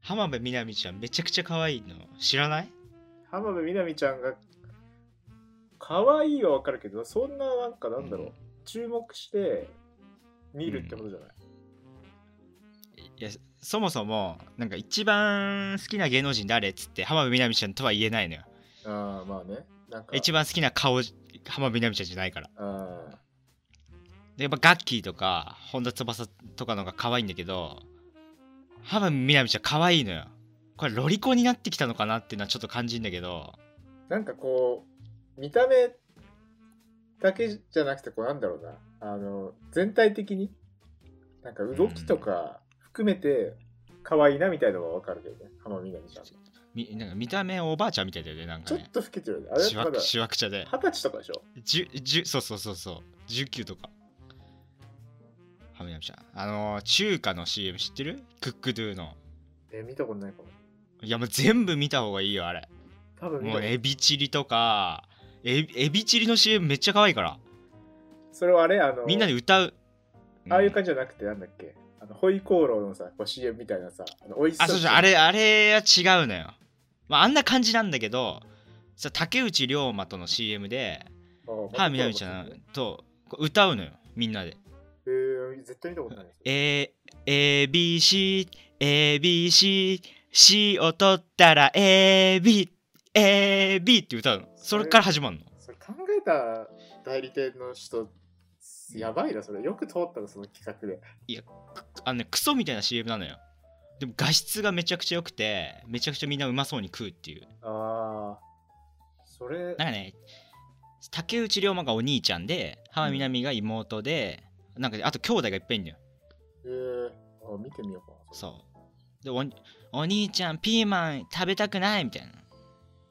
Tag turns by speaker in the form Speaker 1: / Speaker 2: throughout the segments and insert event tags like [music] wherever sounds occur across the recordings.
Speaker 1: 浜辺美波ちゃんめちゃくちゃ可愛いの知らない
Speaker 2: 浜辺美波ちゃんが可愛いはわかるけどそんななんかなんだろう、
Speaker 1: うん
Speaker 2: 注目して見るってことじゃない、
Speaker 1: いやそもそもなんか一番好きな芸能人誰っつって浜辺美波ちゃんとは言えないのよ
Speaker 2: ああまあねなんか
Speaker 1: 一番好きな顔浜辺美波ちゃんじゃないから
Speaker 2: あー
Speaker 1: でやっぱガッキーとか本田翼とかのが可愛いんだけど浜辺美波ちゃん可愛いのよこれロリコンになってきたのかなっていうのはちょっと感じるんだけど
Speaker 2: なんかこう見た目だけじゃなくてこうなんだろうなあの全体的になんか動きとか含めて可愛いなみたいのがわかるけどね浜辺美波ちゃんち
Speaker 1: みなんか見た目おばあちゃんみたいだよねなんか
Speaker 2: ょっ
Speaker 1: ね
Speaker 2: と老けてるよねあれ
Speaker 1: し
Speaker 2: ま
Speaker 1: わ
Speaker 2: だ
Speaker 1: しわくちゃで
Speaker 2: 二十歳とかでしょ
Speaker 1: じゅじゅそうそうそうそう19とか浜辺美波ちゃんあのー中華の CM 知ってるクックドゥの
Speaker 2: え見たことないかも
Speaker 1: いやもう全部見た方がいいよあれ
Speaker 2: 多分見
Speaker 1: も
Speaker 2: たこ
Speaker 1: う
Speaker 2: と
Speaker 1: エビチリとかエエビチリの CM めっちゃ可愛いから
Speaker 2: それはあれあの
Speaker 1: みんなで歌う
Speaker 2: ああいう
Speaker 1: じ
Speaker 2: 感じじゃなくてなんだっけあのホイコーローのさこう CM みたいなさあの美味し
Speaker 1: あそうそうあ
Speaker 2: れ
Speaker 1: れあれは違うのよ、まあ、あんな感じなんだけどさ竹内涼真との CM ではみなみちゃ
Speaker 2: へ
Speaker 1: んとこう歌うのよみんなで
Speaker 2: えー、絶対見たことないで
Speaker 1: 「
Speaker 2: す
Speaker 1: えー、ABC ABC C を取ったら AB AB」って歌うのそれから始まるの
Speaker 2: それ考えた代理店の人やばいなそれよく通ったのその企画で
Speaker 1: あのねクソみたいな CM なのよでも画質がめちゃくちゃ良くてめちゃくちゃみんなうまそうに食うっていう
Speaker 2: ああそれ
Speaker 1: なんかね竹内涼真がお兄ちゃんで浜みなみが妹で、なんかねあと兄弟がいっぱいいんだよ
Speaker 2: えー、あ見てみようかな
Speaker 1: そうでおお兄ちゃんピーマン食べたくないみたいな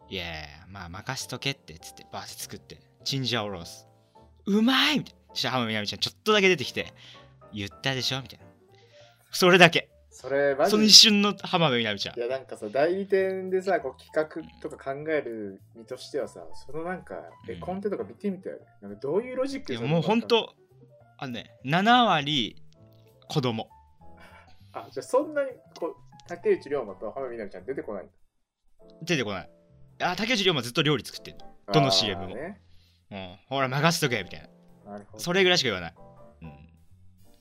Speaker 1: いやいやまあ任しとけってつってバース作ってチンジャオロースうまいみたいなそしたら浜みなみちゃんちょっとだけ出てきて言ったでしょみたいなそれだけ
Speaker 2: それマ
Speaker 1: そ
Speaker 2: ジ
Speaker 1: の
Speaker 2: で
Speaker 1: 一瞬の浜辺美波ちゃん
Speaker 2: いやなんかさ代理店でさこう企画とか考える身としてはさそのなんか
Speaker 1: うん
Speaker 2: 絵コンテとか見てみたよねなんかどういうロジック
Speaker 1: い
Speaker 2: で
Speaker 1: や
Speaker 2: そんな
Speaker 1: もう
Speaker 2: の考え
Speaker 1: ほんとあのね7割子供
Speaker 2: あじゃあそんなにこう竹内涼真と浜辺美波ちゃん出てこないんだ
Speaker 1: 出てこないあ竹内涼真ずっと料理作ってる、どの CM も
Speaker 2: あーね
Speaker 1: うん、ほら任せとけみたいな
Speaker 2: なるほど
Speaker 1: それぐらいしか言わない、うん、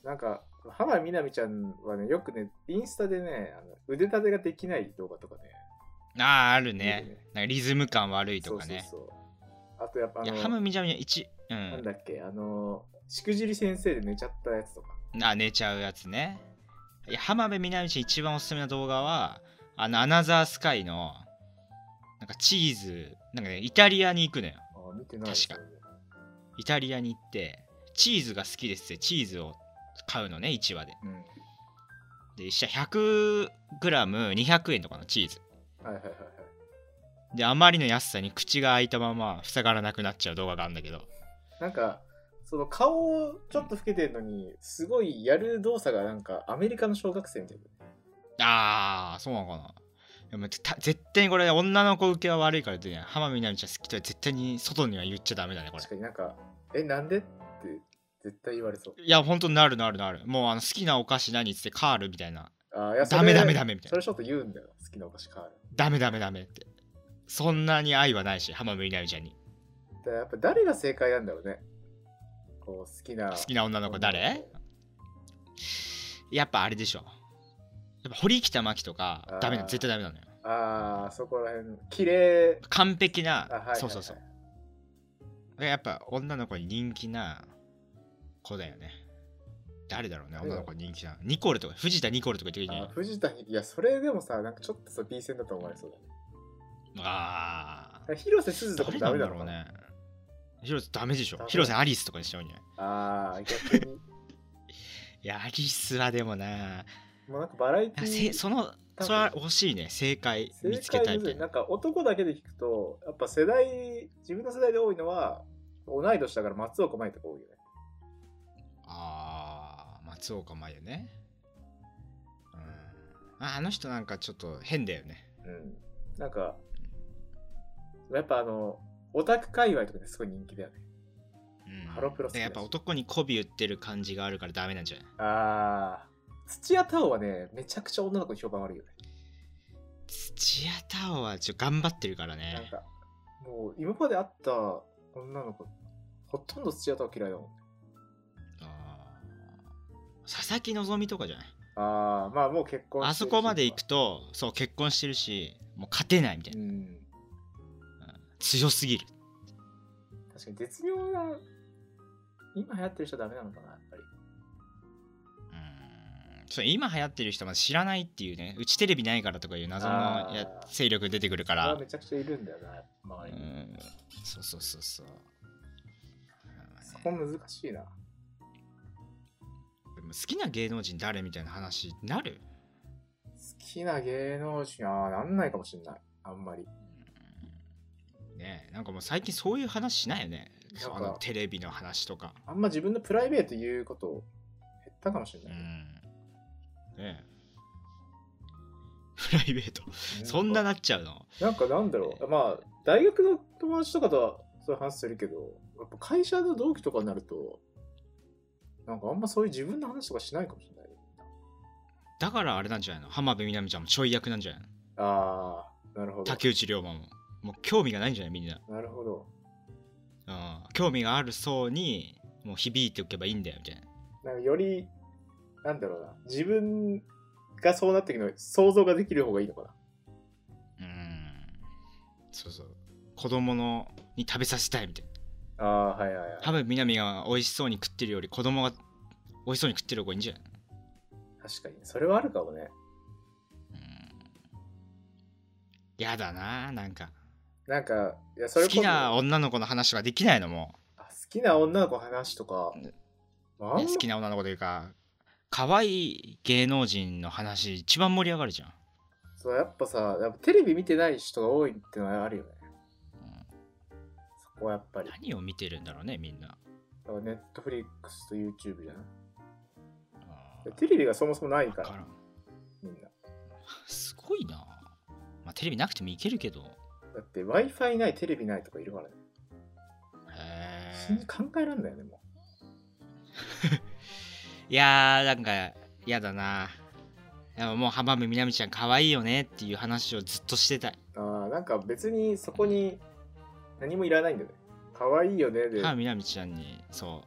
Speaker 2: なんか浜辺美波ちゃんはねよくねインスタでねあの腕立てができない動画とかね
Speaker 1: ああある
Speaker 2: 見
Speaker 1: ね
Speaker 2: る
Speaker 1: なんかリズム感悪いとかね
Speaker 2: そうそうそうあとやっぱあ
Speaker 1: いやハム
Speaker 2: の
Speaker 1: みちゃみは1う
Speaker 2: なん
Speaker 1: ん
Speaker 2: だっけあのしくじり先生で寝ちゃったやつとか
Speaker 1: あ寝ちゃうやつねいや浜辺美波ちゃん一番おすすめの動画はあのアナザースカイのなんかチーズなんかねイタリアに行くのよ
Speaker 2: あー見てない
Speaker 1: 確かイタリアに行ってチーズが好きですってチーズを買うのね1話で
Speaker 2: うん
Speaker 1: で一社 100g200 円とかのチーズ
Speaker 2: はいはいはいはい
Speaker 1: であまりの安さに口が開いたまま塞がらなくなっちゃう動画があるんだけど
Speaker 2: なんかその顔をちょっと老けてるのにすごいやる動作がなんかアメリカの小学生みたいな
Speaker 1: ああそうなのかなでもた絶対にこれ女の子受けは悪いからってね浜辺美波ちゃん好きとは絶対に外には言っちゃダメだねこれ
Speaker 2: 確かになんかえなんでって絶対言われそう
Speaker 1: いや本当になるなるなるもうあの好きなお菓子何っつってカールみたいな
Speaker 2: あーいやそれ
Speaker 1: ダメダメダメみたい
Speaker 2: そ
Speaker 1: な
Speaker 2: れちょっと言うんだよ好きなお菓子変わる
Speaker 1: ダメダメダメってそんなに愛はないし浜辺美波ちゃんに
Speaker 2: だからやっぱ誰が正解なんだろうねこう好きな
Speaker 1: 好きな女の子誰やっぱあれでしょやっぱ堀北真希とかダメだ
Speaker 2: あー
Speaker 1: 絶対ダメなのよ
Speaker 2: ああそこら辺綺麗
Speaker 1: 完璧な、
Speaker 2: あはいはい
Speaker 1: そうそうそうやっぱ女の子に人気な子だよね誰だろうね
Speaker 2: 誰
Speaker 1: 女
Speaker 2: だ
Speaker 1: の子に人気なニコルとか藤田ニコルとか言ってるじ
Speaker 2: あ
Speaker 1: ゃ
Speaker 2: ー
Speaker 1: ん
Speaker 2: 藤田にいやそれでもさなんかちょっとさ B 戦だと思われそうだね
Speaker 1: あ
Speaker 2: だから広瀬すずとかも
Speaker 1: 誰
Speaker 2: ダ
Speaker 1: なん
Speaker 2: メ
Speaker 1: だろ
Speaker 2: だろう
Speaker 1: う
Speaker 2: ね
Speaker 1: ね広瀬ダメでし
Speaker 2: ダ
Speaker 1: ょ
Speaker 2: メ
Speaker 1: 広瀬アリスとかでしょうね
Speaker 2: ああ逆に
Speaker 1: いやアリスはでもな
Speaker 2: もうなんかバラエティ
Speaker 1: せその
Speaker 2: 多分
Speaker 1: それは惜しいね正解見つけ
Speaker 2: 正
Speaker 1: た
Speaker 2: 解
Speaker 1: い
Speaker 2: む
Speaker 1: み
Speaker 2: ず
Speaker 1: た
Speaker 2: い
Speaker 1: い
Speaker 2: な
Speaker 1: なん
Speaker 2: か男だけで聞くとやっぱ世代自分の世代で多いのは同い年だから松岡舞とか多いよね
Speaker 1: あー松岡茉優ねうんああの人なんかちょっと変だよね
Speaker 2: うんなんかやっぱあのオタク界隈とかですごい人気だよね
Speaker 1: うん
Speaker 2: ハロプロ好きだし
Speaker 1: やっぱ男に媚び売ってる感じがあるからダメなんじゃない
Speaker 2: ああ土屋太鳳はねめちゃくちゃ女の子に評判悪いよね
Speaker 1: 土屋太鳳はちょ頑張ってるから
Speaker 2: なん
Speaker 1: ね
Speaker 2: か、もう今まで会った女の子、ほとんど土屋太鳳嫌いだもんね。
Speaker 1: あー佐々木希とかじゃない
Speaker 2: ああ、まあもう結婚
Speaker 1: あそこまで行く
Speaker 2: と。
Speaker 1: とそう結婚してるしもう勝てないみたいうな、
Speaker 2: ん。
Speaker 1: 強すぎる
Speaker 2: 確かに絶妙な、今流行ってる人はダメなのかな、やっぱり。
Speaker 1: うーんそう今流行ってる人まで知らないっていうねうちテレビないからとかいう謎の
Speaker 2: あー
Speaker 1: や勢力出てくるか
Speaker 2: それ
Speaker 1: ら
Speaker 2: はめちゃくちゃいるんだよな、
Speaker 1: う
Speaker 2: 周りに。
Speaker 1: んそうそうそうそう
Speaker 2: そこ難しいな。
Speaker 1: でも好きな芸能人誰みたいな話になる
Speaker 2: 好きな芸能人、ああ、なんないかもしんない。あんまり。
Speaker 1: ねえなんかもう最近そういう話しないよね
Speaker 2: なんか
Speaker 1: あのテレビの話とか
Speaker 2: あんま自分のプライベート言うこと減ったかもしれ
Speaker 1: う
Speaker 2: なんい。
Speaker 1: ねえプライベート
Speaker 2: う
Speaker 1: そんななっちゃうの
Speaker 2: なんかなんだろう、まあ、大学の友達とかとはそういう話するけど、やっぱ会社の同期とかになると、なんかあんまそういう自分の話とかしないかもしれない。
Speaker 1: だからあれなんじゃないの浜辺美波ちゃんもちょい役なんじゃないの
Speaker 2: ああ、なるほど。
Speaker 1: 竹内涼真ももう興味がないんじゃないみんな
Speaker 2: なるほど。
Speaker 1: うん興味がある層にもう響いておけばいいんだよみたいな
Speaker 2: なんかより、なんだろうな、自分がそうなっていくの想像ができる方がいいのかな。
Speaker 1: うんそうそう子供のに食べさせたいみたいな
Speaker 2: ああ、はいはいはい。
Speaker 1: 浜辺美波が美味しそうに食ってるより子供が美味しそうに食ってる方がいいんじゃない
Speaker 2: 確かに。それはあるかもね。
Speaker 1: うんやだななんか
Speaker 2: なんか、いや、それ
Speaker 1: 好
Speaker 2: こそ
Speaker 1: きな女の子の話ができないのも
Speaker 2: あ好きな女の子の話とか、
Speaker 1: ね
Speaker 2: まあ
Speaker 1: う、
Speaker 2: あん
Speaker 1: ね
Speaker 2: ま
Speaker 1: 好きな女の子というか可愛い芸能人の話一番盛り上がるじゃん
Speaker 2: そうやっぱさやっぱテレビ見てない人が多いってのはあるよね、そこはやっぱり
Speaker 1: 何を見てるんだろうねみんな
Speaker 2: ネットフリックスと YouTube じゃない
Speaker 1: あー
Speaker 2: テレビがそもそもないか
Speaker 1: わ
Speaker 2: ら
Speaker 1: からん
Speaker 2: みんな
Speaker 1: すごいなまあテレビなくてもいけるけど
Speaker 2: だって w i f i ないテレビないとかいるからね
Speaker 1: へ
Speaker 2: 信じ
Speaker 1: ー
Speaker 2: 考えらんないよねも
Speaker 1: いやーなんかやだなでももう浜辺美波ちゃん可愛いよねっていう話をずっとしてたいう
Speaker 2: あーなんか別にそこに何もいらないんだよね可愛いよねで
Speaker 1: 浜辺美波ちゃんにそ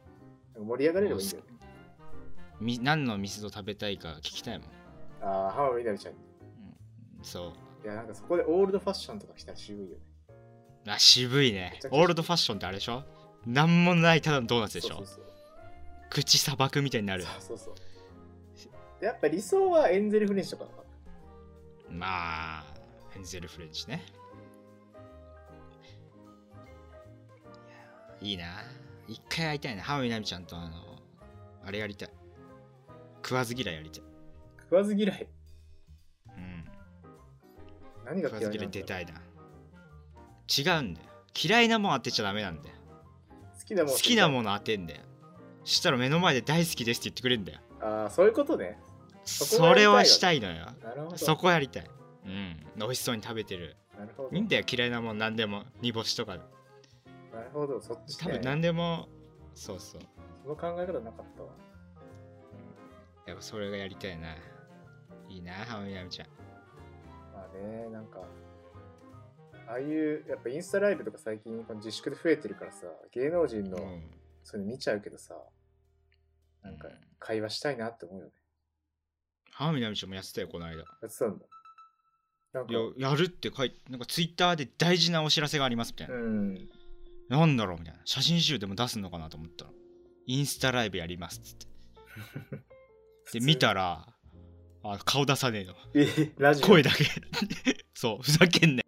Speaker 2: 盛り上がれればいいんだよね
Speaker 1: うみ何のミスド食べたいか聞きたいもん
Speaker 2: ああ浜辺美波ちゃんに
Speaker 1: そう
Speaker 2: いやなんかそこでオールドファッションとかしたら渋いよね
Speaker 1: あ渋いね
Speaker 2: めちゃくちゃ
Speaker 1: オールドファッションってあれでしょなんもないただのドーナツでしょ
Speaker 2: そうそうそう
Speaker 1: 口砂漠みたいになる
Speaker 2: そうそうそうやっぱ理想はエンゼルフレンチとかだから
Speaker 1: まあヘンゼルフレンチねいやいいな一回会いたいな浜辺美波ちゃんとあのあれやりたい食わず嫌いやりたい、
Speaker 2: 食わず嫌い
Speaker 1: うん、
Speaker 2: 何が
Speaker 1: 食わ
Speaker 2: 嫌い
Speaker 1: ず嫌
Speaker 2: なんだろ
Speaker 1: いう出たいな違うんだよ嫌いなもん当てちゃダメなんだよ
Speaker 2: 好きなもん
Speaker 1: 好きなもの当てんだよそしたら目の前で大好きですって言ってくれるんだよ
Speaker 2: ああそういうことねこ
Speaker 1: そ
Speaker 2: がやりたいわけ
Speaker 1: れはしたいのよ
Speaker 2: なるほど
Speaker 1: そこやりたいうん美味しそうに食べてる
Speaker 2: なるほど
Speaker 1: いいんだよ嫌いなもん何でも煮干しとか
Speaker 2: なるほどそっち
Speaker 1: 多
Speaker 2: ね
Speaker 1: 分何でもそうそう
Speaker 2: その考え方なかったわ
Speaker 1: やっぱそれがやりたいないいな浜みなみちゃん
Speaker 2: まあねなんかああいうやっぱインスタライブとか最近この自粛で増えてるからさ芸能人の
Speaker 1: うん
Speaker 2: そういうの見ちゃうけどさ、なんか会話したいなって思うよね
Speaker 1: 浜みなみちゃんもやってたよこの間
Speaker 2: やってたんだなん
Speaker 1: い
Speaker 2: か
Speaker 1: ややるって書いてなんかツイッターで大事なお知らせがありますみたいうな、
Speaker 2: ん
Speaker 1: なんだろうみたいな写真集でも出すのかなと思ったらインスタライブやりますっつっ
Speaker 2: 普
Speaker 1: て
Speaker 2: 通
Speaker 1: で見たらあ顔出さねえの
Speaker 2: えラジオ
Speaker 1: 声だけ [laughs] そうふざけんなよ